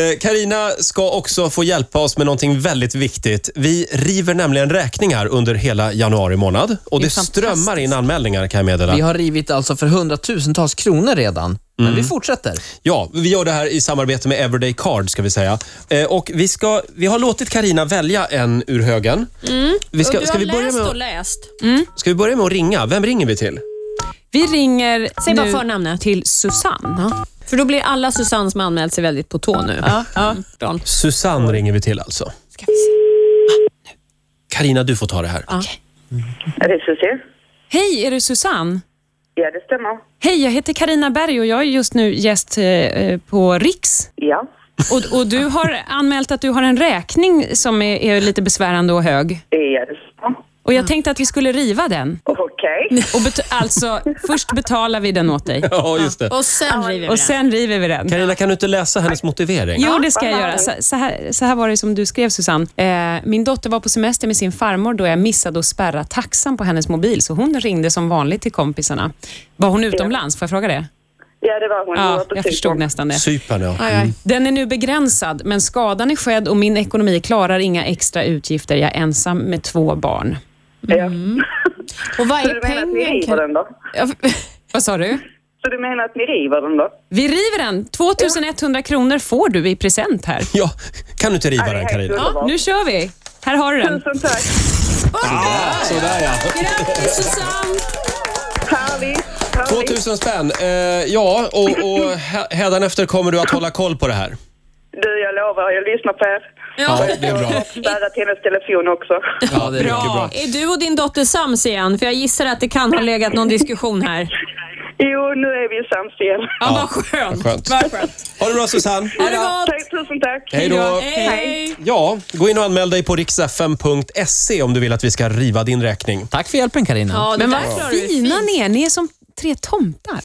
Eh, Carina ska också få hjälpa oss med någonting väldigt viktigt. Vi river nämligen räkningar under hela januari månad och det, Det är strömmar in anmälningar kan jag meddela. Vi har rivit alltså för hundratusentals kronor redan. Men vi fortsätter. Ja, vi gör det här i samarbete med Everyday Card ska vi säga. Eh, och vi, ska, vi har låtit Karina välja en ur högen. Vi Mm. Och ska, du ska, har vi börja läst med, och att- läst. ska vi börja med att ringa? Vem ringer vi till? Vi ringer Säg nu bara förnamnet. till Susanne. För då blir alla Susanne som har anmält sig väldigt på tå nu. Mm. Bra. Susanne ringer vi till alltså. Ska vi se. Ah, Karina, du får ta det här. Är det Susie? Hej, är det Susanne? Ja, det stämmer. Hej, jag heter Karina Berg och jag är just nu gäst eh, eh, på Riks. Ja, Och, och du har anmält att du har en räkning som är, är lite besvärande och hög. ja det stämmer. Och jag tänkte att vi skulle riva den. Okej. Och bet- alltså, först betalar vi den åt dig Ja, just det. Ah. Och sen river vi och den. sen river vi den. Karina, kan du inte läsa hennes motivering? Jo, det ska jag göra. Så, så, här, så här var det som du skrev, Susanne. Eh, min dotter var på semester med sin farmor då jag missade att spärra taxan på hennes mobil, så hon ringde som vanligt till kompisarna. Var hon utomlands? Får jag fråga det? Ja, det var hon. Det Ja, var jag precis förstod hon. nästan det. Cypern, ja. Aj, aj. Den är nu begränsad, men skadan är skedd och min ekonomi klarar inga extra utgifter. Jag är ensam med två barn. Mm. Ja. Och vad Så är du menar att pengen? ni river Kan... den då? Ja, Vad sa du? Så du menar att ni river den då? Vi river den. 2100 kronor får du i present här. Ja, kan du inte riva Ja, det är den helt Carina? underbart. Nu kör vi. Här har du den. Tusen tack. Sådär ja. Grattis Susanne! Härligt. härligt. 2000 spänn. Eh, ja, och, och hä- hädanefter kommer du att hålla koll på det här. Du, jag lovar. Jag lyssnar på er. Ja, det är bra. Spärrat hennes telefon också. Ja, det är mycket bra. Är du och din dotter sams igen? För jag gissar att det kan ha legat någon diskussion här. Jo, nu är vi sams igen. Ja, vad skönt. skönt. Vad skönt. Ha det bra Susanne. Ha det gott. Tack, tusen tack. Hej då. Hej. Ja, gå in och anmäl dig på riksfm.se E om du vill att vi ska riva din räkning. Tack för hjälpen Karina. Ja, det Men där vad klarar du fina ni är. Ni är som tre tomtar.